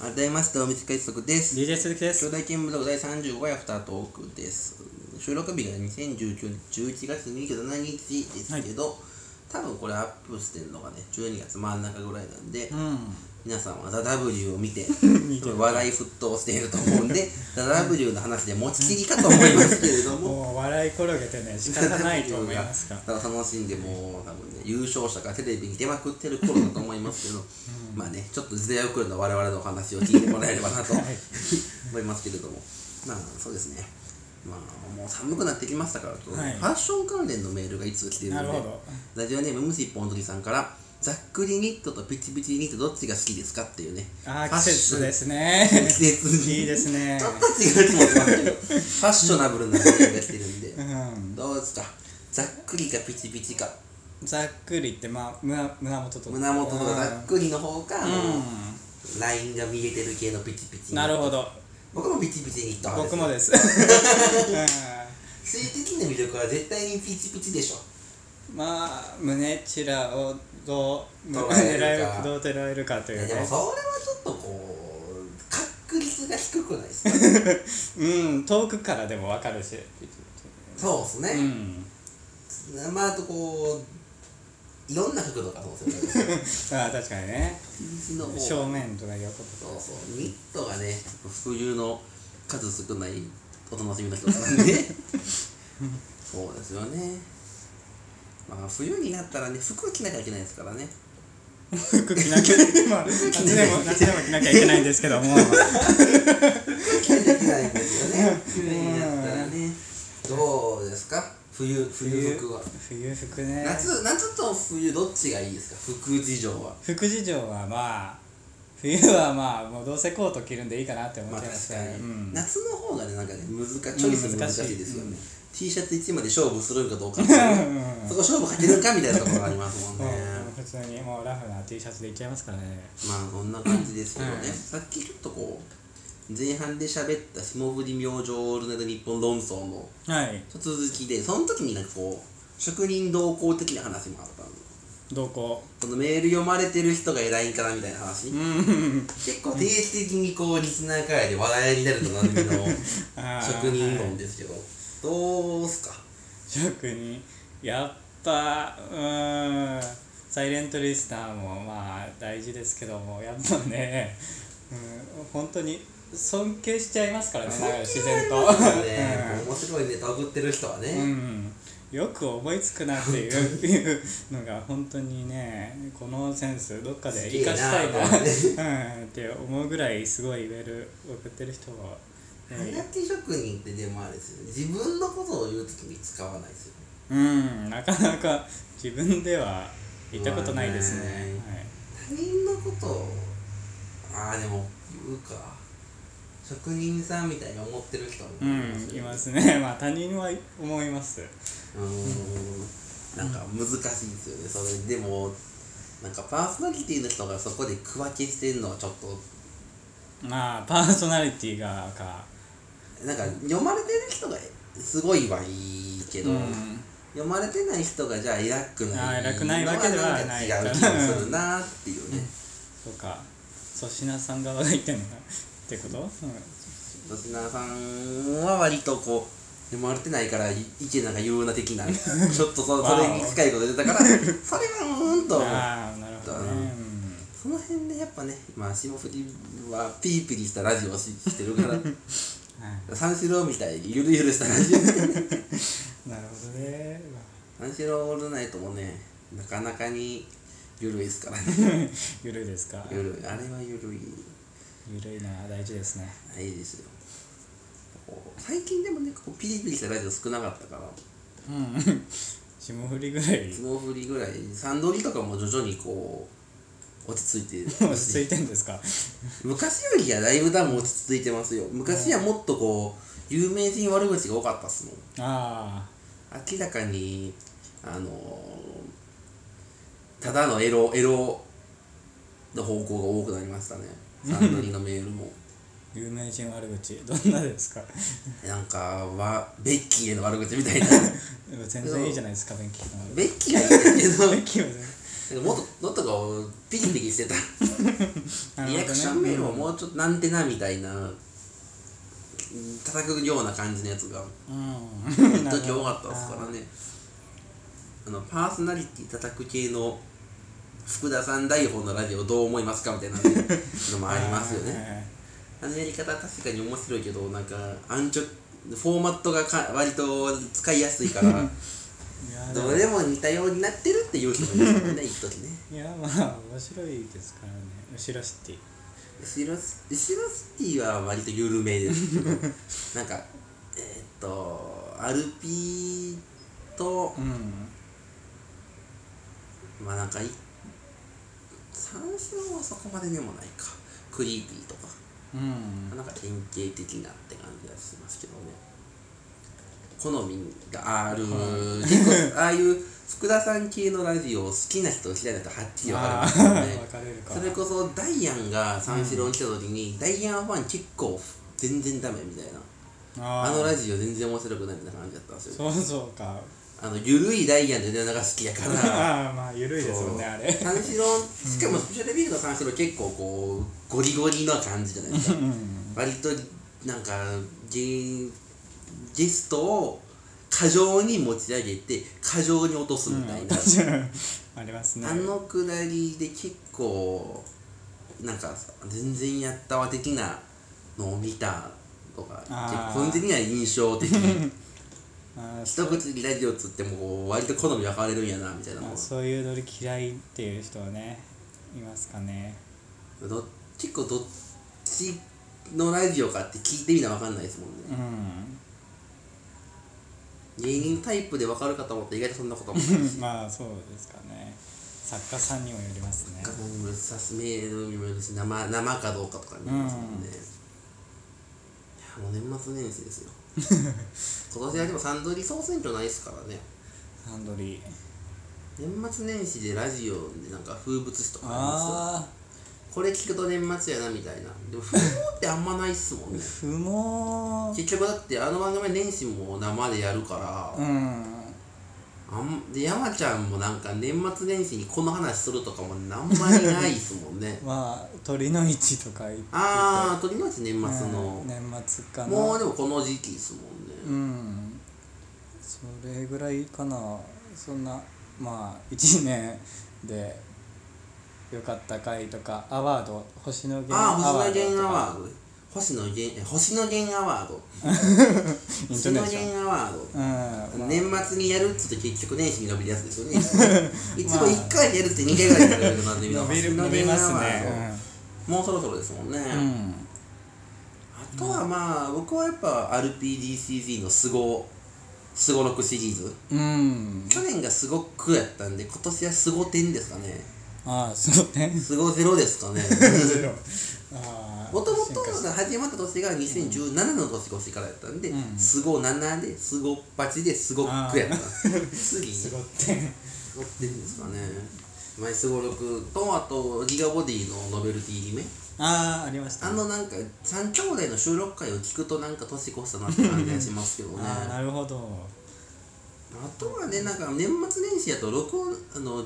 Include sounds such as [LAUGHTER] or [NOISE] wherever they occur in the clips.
改めましてお見つけ一足です。 DJ 鈴木で兄す。弟見ブログ第35回アフタートークです。収録日が2019年11月27日ですけど、多分これアップしてるのがね、12月真ん中ぐらいなんで、うん。皆さんは THEW を見 [LAUGHS] て、見て話題沸騰していると思うんで、THEW の話で持ちきりかと思いますけれども、もう笑い転げてね、仕方ないと思いますが。 [LAUGHS] ただ楽しんでもう多分ね優勝者がテレビに出まくってる頃だと思いますけど、まあねちょっと時代遅れの我々のお話を聞いてもらえればなとはい [LAUGHS] 思いますけれどもまあそうですねまあもう寒くなってきましたからちょっとはいファッション関連のメールがいつ来てるなのるでほど。ラジオネームムス一本鳥さんからざっくりニットとピチピチニットどっちが好きですかっていうねあファッー、季ション節ですね。季節に [LAUGHS] いいですね [LAUGHS] ちょ。っと違うと思ってますけどファッショナブルなメールが来てるんでうん。どうですかざっくりかピチピチかざっくりって、まあ、胸胸元とか。胸元とかざっくりの方か、う。もうんラインが見えてる系のピチピチなるほど。僕もピチピチニット派です僕もです。う性的な魅力は絶対にピチピチでしょんまあ、胸ちらをどう、捉狙えれるかえるどう狙えるかといいやうでもねそ。れはちょっとこう確率が低くないですかうん、遠くからでもわかるし。そうですうね、ん。 [LAUGHS] まああとこういろんな角度がそう [LAUGHS] ですよねああ、確かにね。ピチの方正面とか横とそか。うそうニットがね冬の数少ないお楽しみの一つなんで [LAUGHS] そうですよねまあ冬になったらね服着なきゃいけないですからね服着なきゃ、 [LAUGHS] まあ、夏でも夏でも着なきゃいけないんですけども着なきゃいけないんですよね冬になったらねどうですか冬冬服は冬服ね夏夏と冬どっちがいいですか服事情は服事情はまあ冬はまあもうどうせコート着るんでいいかなって思まっあちゃいます確か、からに、うん、夏の方がねなんかね難かチョイス難しいですよね、うん難 T シャツ1枚で勝負するんかどうかっていうねそこ勝負かけるかみたいなところがありますもんうんね [LAUGHS] うん普通にもうラフな T シャツでいっちゃいますからねまあそんな感じですけどね、うんさっきちょっとこう前半で喋った霜降り明星オールナイト日本論争のはい続きでその時になんかこう職人同行的な話もあったのどここのメール読まれてる人が偉いんかなみたいな話、うん結構定期的にこうリスナー会で話題になるとなんみ [LAUGHS] の [LAUGHS] あー職人はい論ですけど、どうす [LAUGHS] か職人やっぱうーんサイレントリスナーもまあ大事ですけどもやっぱね、うん、本当に尊敬しちゃいますからねなんか自然と、ね、面白いネタ送ってる人はね、うんうん、よく思いつくなっていういうのが本当にねこのセンスどっかで生かしたいすなうん、って思うぐらいすごいメール送ってる人は、ハイラッキー職人ってでもあれですよね自分のことを言うときに使わないですよねうんなかなか自分では言ったことないですねまあね他人のことをああでも言うか職人さんみたいに思ってる人もいはい、うんいますね [LAUGHS] まあ他人は思いますうーんなんか難しいですよねそれでもなんかパーソナリティの人がそこで区分けしてるのはちょっとまあパーソナリティがかなんか読まれてる人がすごいはいいけど、うん読まれてない人がじゃあ偉くないあー偉くないわけではないのはなんか違う気がするなっていうねとか粗品さん側が言ってんのかってこと、うん、粗品さんは割とこう読まれてないからい意見なんか言うな的 [LAUGHS] なちょっとそそれに近いこと出たからそれはうーんとああなるほどね、うんその辺でやっぱね、まあ、霜降りはピリピリしたラジオをししてるから [LAUGHS] はい三四郎みたいにゆるゆるしたラジオなるほどね。 [LAUGHS] ま三四郎オールナイトもねなかなかにゆるいですからね [LAUGHS] あゆるいですか。ゆるいあれはゆるいゆるいのは大事ですね。ないですよこう最近でもねこうピリピリしたラジオ少なかったからうん。霜降りぐらい霜降りぐらい三通りとかも徐々にこう落ち着いてる落ち着いてんですか。昔よりはだいぶ多分落ち着いてますよ昔はもっとこう有名人悪口が多かったっすもんあ明らかにあのーただのエロエロの方向が多くなりましたねサンドリのメール [LAUGHS] もあ、有名人悪口どんなですか。なんかはベッキーへの悪口みたいな全然いいじゃないですか、勉強の悪口。ベッキーがいいんだけど勉強は全然もっともっとこうピキピキ [LAUGHS] してたなるほリどねアクションメールをもうちょっとなんてなみたいなうん叩くような感じのやつがうん一時多かったですからねあのパーソナリティ叩く系の福田さん台本のラジオどう思いますかみたいな [LAUGHS] ねのもありますよねねあのやり方は確かに面白いけどなんか安直フォーマットがか割と使いやすい [LAUGHS] からいやでどもれも似たようになってるっていう人もいますもんね一時ねいやまあ面白いですからね後ろシティシロスシロスティは割と緩めですけどなんかえーっとアルピーと、うんまあなんかい三四郎はそこまででもないかクリーピーとかうんなんか典型的なって感じがしますけどね好みがある結構ああいう福田さん系のラジオを好きな人嫌いな人はっきり分かれますよあねー分かれるかそれこそダイアンが三四郎に来た時に、ダイアンファン結構全然ダメみたいなああのラジジオ全然面白くないみたいな感じだったんですよそうそうかあのゆるいダイアンで出るのが好きやからああまあ緩いですもんねあれ三四郎しかもスペシャルビールの三四郎結構こうゴリゴリの感じじゃないですかうん割となんかゲゲストを過剰に持ち上げて過剰に落とすみたいな、ありますねあのくだりで結構なんか全然やったわ的なのを見たとかあー結構個人的には印象 [LAUGHS] 的あー一口にラジオっつってもこう割と好み分かれるんやなみたいなのあがそういうノリ嫌いっていう人はねいますかねど結構どっちのラジオかって聞いてみな分かんないですもんねうん芸人タイプで分かるかと思ったら意外とそんなことも [LAUGHS] ないまあそうですかね作家さんにもよりますねガモングルサスメールにもよるし生生かどうかとかにもよりますもんね、いやもう年末年始ですよ今年はでもサンドリー総選挙ないですからねハンドリー年末年始でラジオでなんか風物詩とかありますああこれ聞くと年末やなみたいなでも風貌ってあんまないっすもんね不毛結局だってあの番組は年始も生でやるから、うんあんで山ちゃんもなんか年末年始にこの話するとかもあんまりないっすもんねまあ鳥の市とか行っててああ鳥の内年末の、うん年末かなもうでもこの時期ですもんね、うんそれぐらいかなそんなまあ1年で良かった回とかアワード星野源ああ星野源アとワかード星野源え星野源アワード [LAUGHS] イン星ト野ネーション源アワードうん、まあ年末にやるっつって結局年始に伸びるやつですよね [LAUGHS] いつも1回でやるっつって2回ぐらいでやるなんでみんな伸びる星野伸び源まアすワーねドもうそろそろですもんね、うん、うんあとはまあ僕はやっぱ RPGCG のすごすごろくシリーズうん、去年がすごくやったんで今年はすご点ですかねああそう [LAUGHS] ねすごゼロですかねああもとも進と化し始まった年が2017の年越しからやったんで、うんすご7ですごっ8ですごっくやった次す乗ごってってるんですかねマイスゴロクとあとギガボディのノベルティ決め [LAUGHS] ああありましたあのなんか3兄弟の収録回を聞くとなんか年越したなって感じがしますけどねあああなるほどとはねなんか年末年始やと録音あの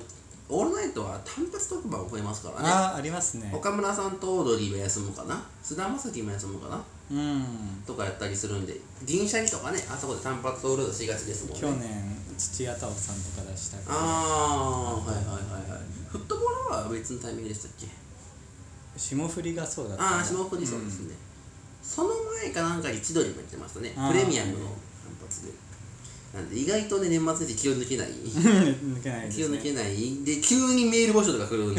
オールナイトは単発特番を超えますからねああありますね岡村さんとオードリーは休むかな菅田将暉も休むかなうんとかやったりするんで銀シャリとかねあそこで単発オールドしがちですもんね去年土屋太鳳さんとか出したからああはいはいはいはいフットボールは別のタイミングでしたっけ霜降りがそうだったああ霜降りそうですね、その前かなんかに千鳥もやってましたねあープレミアムの単発でなんで意外とね年末年始気を抜けない [LAUGHS] 抜けないで気をすね抜けないで急にメール募集とか来るん [LAUGHS]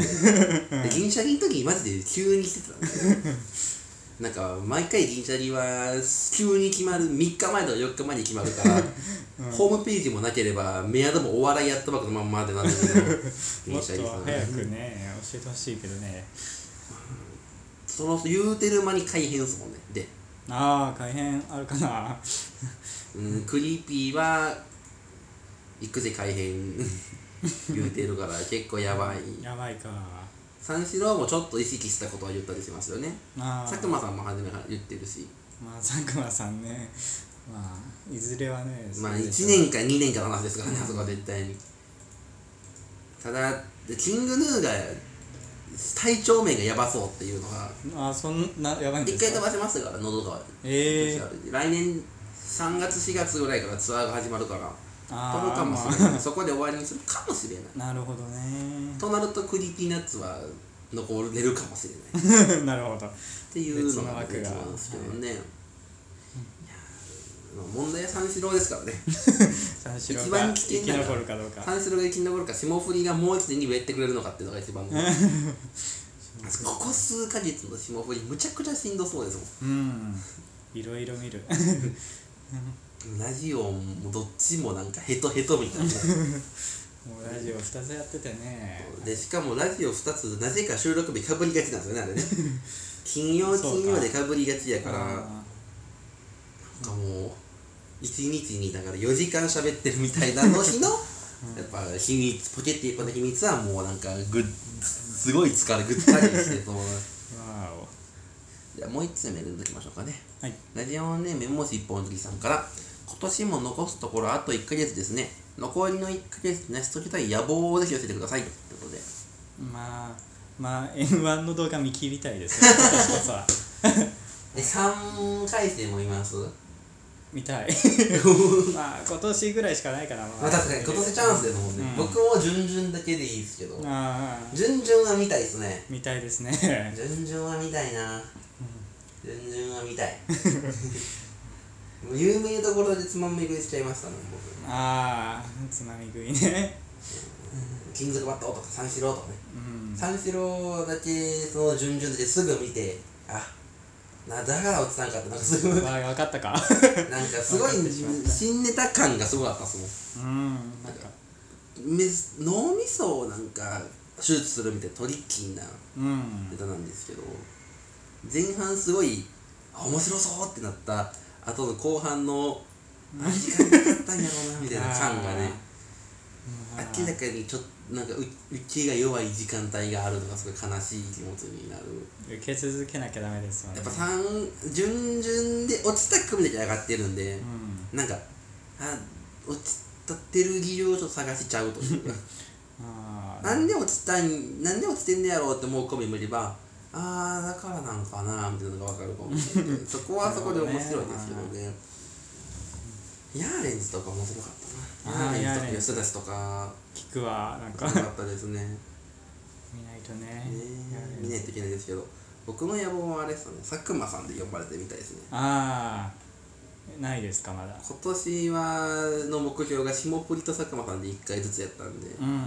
でで銀シャリの時にマジで急に来てたんでなんか毎回銀シャリは急に決まる3日前とか4日前に決まるからホームページもなければ、メアドもお笑いやったばっかのまんまでなん [LAUGHS] だけど、も電っと車行く早くね教えてほしいけどねその言うてる間に改変ですもんね。で、ああ改変あるかなうん、クリーピーは、行くぜ改 [LAUGHS] 変言うてるから結構やばい。やばいか三四郎もちょっと意識したことは言ったりしますよね。ああ佐久間さんも初めから言ってるし、まあ佐久間さんねまあいずれはねまあそう1でしょう年か2年かの話ですからね、あそこは絶対に。ただ、でキングヌーが体調面がやばそうっていうのがあそんなやばいんで一回す飛かばせますから喉がええ来年3月4月ぐらいからツアーが始まるから飛ぶあかあもましれないそこで終わりにするかもしれないあなるほどねとなるとクリーピーナッツは残れるかもしれ [LAUGHS] ないなるほどっていうのが別別の枠がなんですけどね、いやー問題は三四郎ですからね三四郎一が番生危険きなの残るかどうか三四郎が生き残るか霜降りがもう一年に上ってくれるのかっていうのが一番問題ここ数ヶ月の霜降りむちゃくちゃしんどそうですうんいろいろ見るもんラジオもどっちもなんかヘトヘトみたいなもうラジオ2つやっててねでしかもラジオ2つなぜか収録日かぶりがちなんですよねあれね金曜そう金か曜でかぶりがちやからなんかあもう1日にだから4時間喋ってるみたいなの日のやっぱ秘密ポケット1個の秘密はもうなんかぐっすごい疲れぐったりしてそうーわおじゃあもう1つメールのきましょうかねはいラジオネームもし一本の時さんから今年も残すところあと1ヶ月ですね残りの1ヶ月で成し遂げたい野望をぜひ教えてくださいということでまあまあ M1 の動画見切りたいです [LAUGHS] よ今年こそはで3回戦もいます見 [LAUGHS] たいまあ今年ぐらいしかないからままあ確かに今年チャンスですもんね、うん僕も準々だけでいいですけどああ準々は見たいですね見たいですね準々は見たいな準々は見た [LAUGHS] いもう有名どころでつまんめ食いしちゃいましたね僕ああつまみ食いね金属バットとか三四郎とかねうん三四郎だけその準々ですぐ見てあなだから落ちたんかってなんかす [LAUGHS] ごいなんかわ分かったか [LAUGHS] すごい新ネタ感がすごかったっすもんうんなんかめ脳みそをなんか手術するみたいなトリッキーなうんネタなんですけど前半すごいあ面白そうってなった後の後半のあ時間かかったんやろうなみたいな感がねあー明らかにちょっとなんかう受けが弱い時間帯があるのがすごい悲しい気持ちになる受け続けなきゃダメですよねやっぱ3順々で落ちた組だけ上がってるんでう、んなんかあ落ちたってる技量をちょっと探しちゃうという [LAUGHS] か。あなんで落ちたんなんで落ちてんねやろうって思う込み無理ばあーだからなんかなみたいなのが分かるかもしれ [LAUGHS] ないけどそこはそこで面白いですけどねヤーレンズとか面白かったなあーヤーヤーレンレンズとか吉田氏とかー聞くわなんか面白かったです [LAUGHS] ねね見ないとえね見ないといけないですけど僕の野望はあれですよね佐久間さんで呼ばれてみたいですねああないですかまだ今年はの目標が霜降りと佐久間さんで1回ずつやったんでうん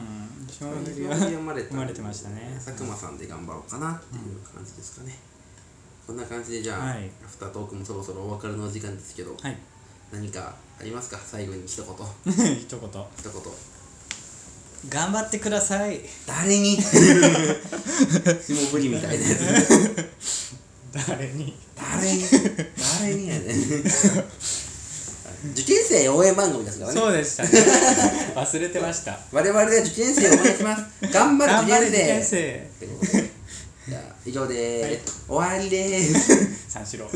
霜降りは読まれ生まれてましたね佐久間さんで頑張ろうかなっていう感じですかね、こんな感じでじゃあ、はいアフタートークもそろそろお別れの時間ですけど、はい [LAUGHS] 何かありますか最後に一言一言一言頑張ってください誰に霜降りみたいなやつ誰に誰に誰にやねん受験生応援番組ですからねそうで [LAUGHS] したね忘れてました我々は受験生を応援します頑張る頑張れ受験受生験 [LAUGHS] 生ということでじゃあ以上でーす、終わりでーす三四郎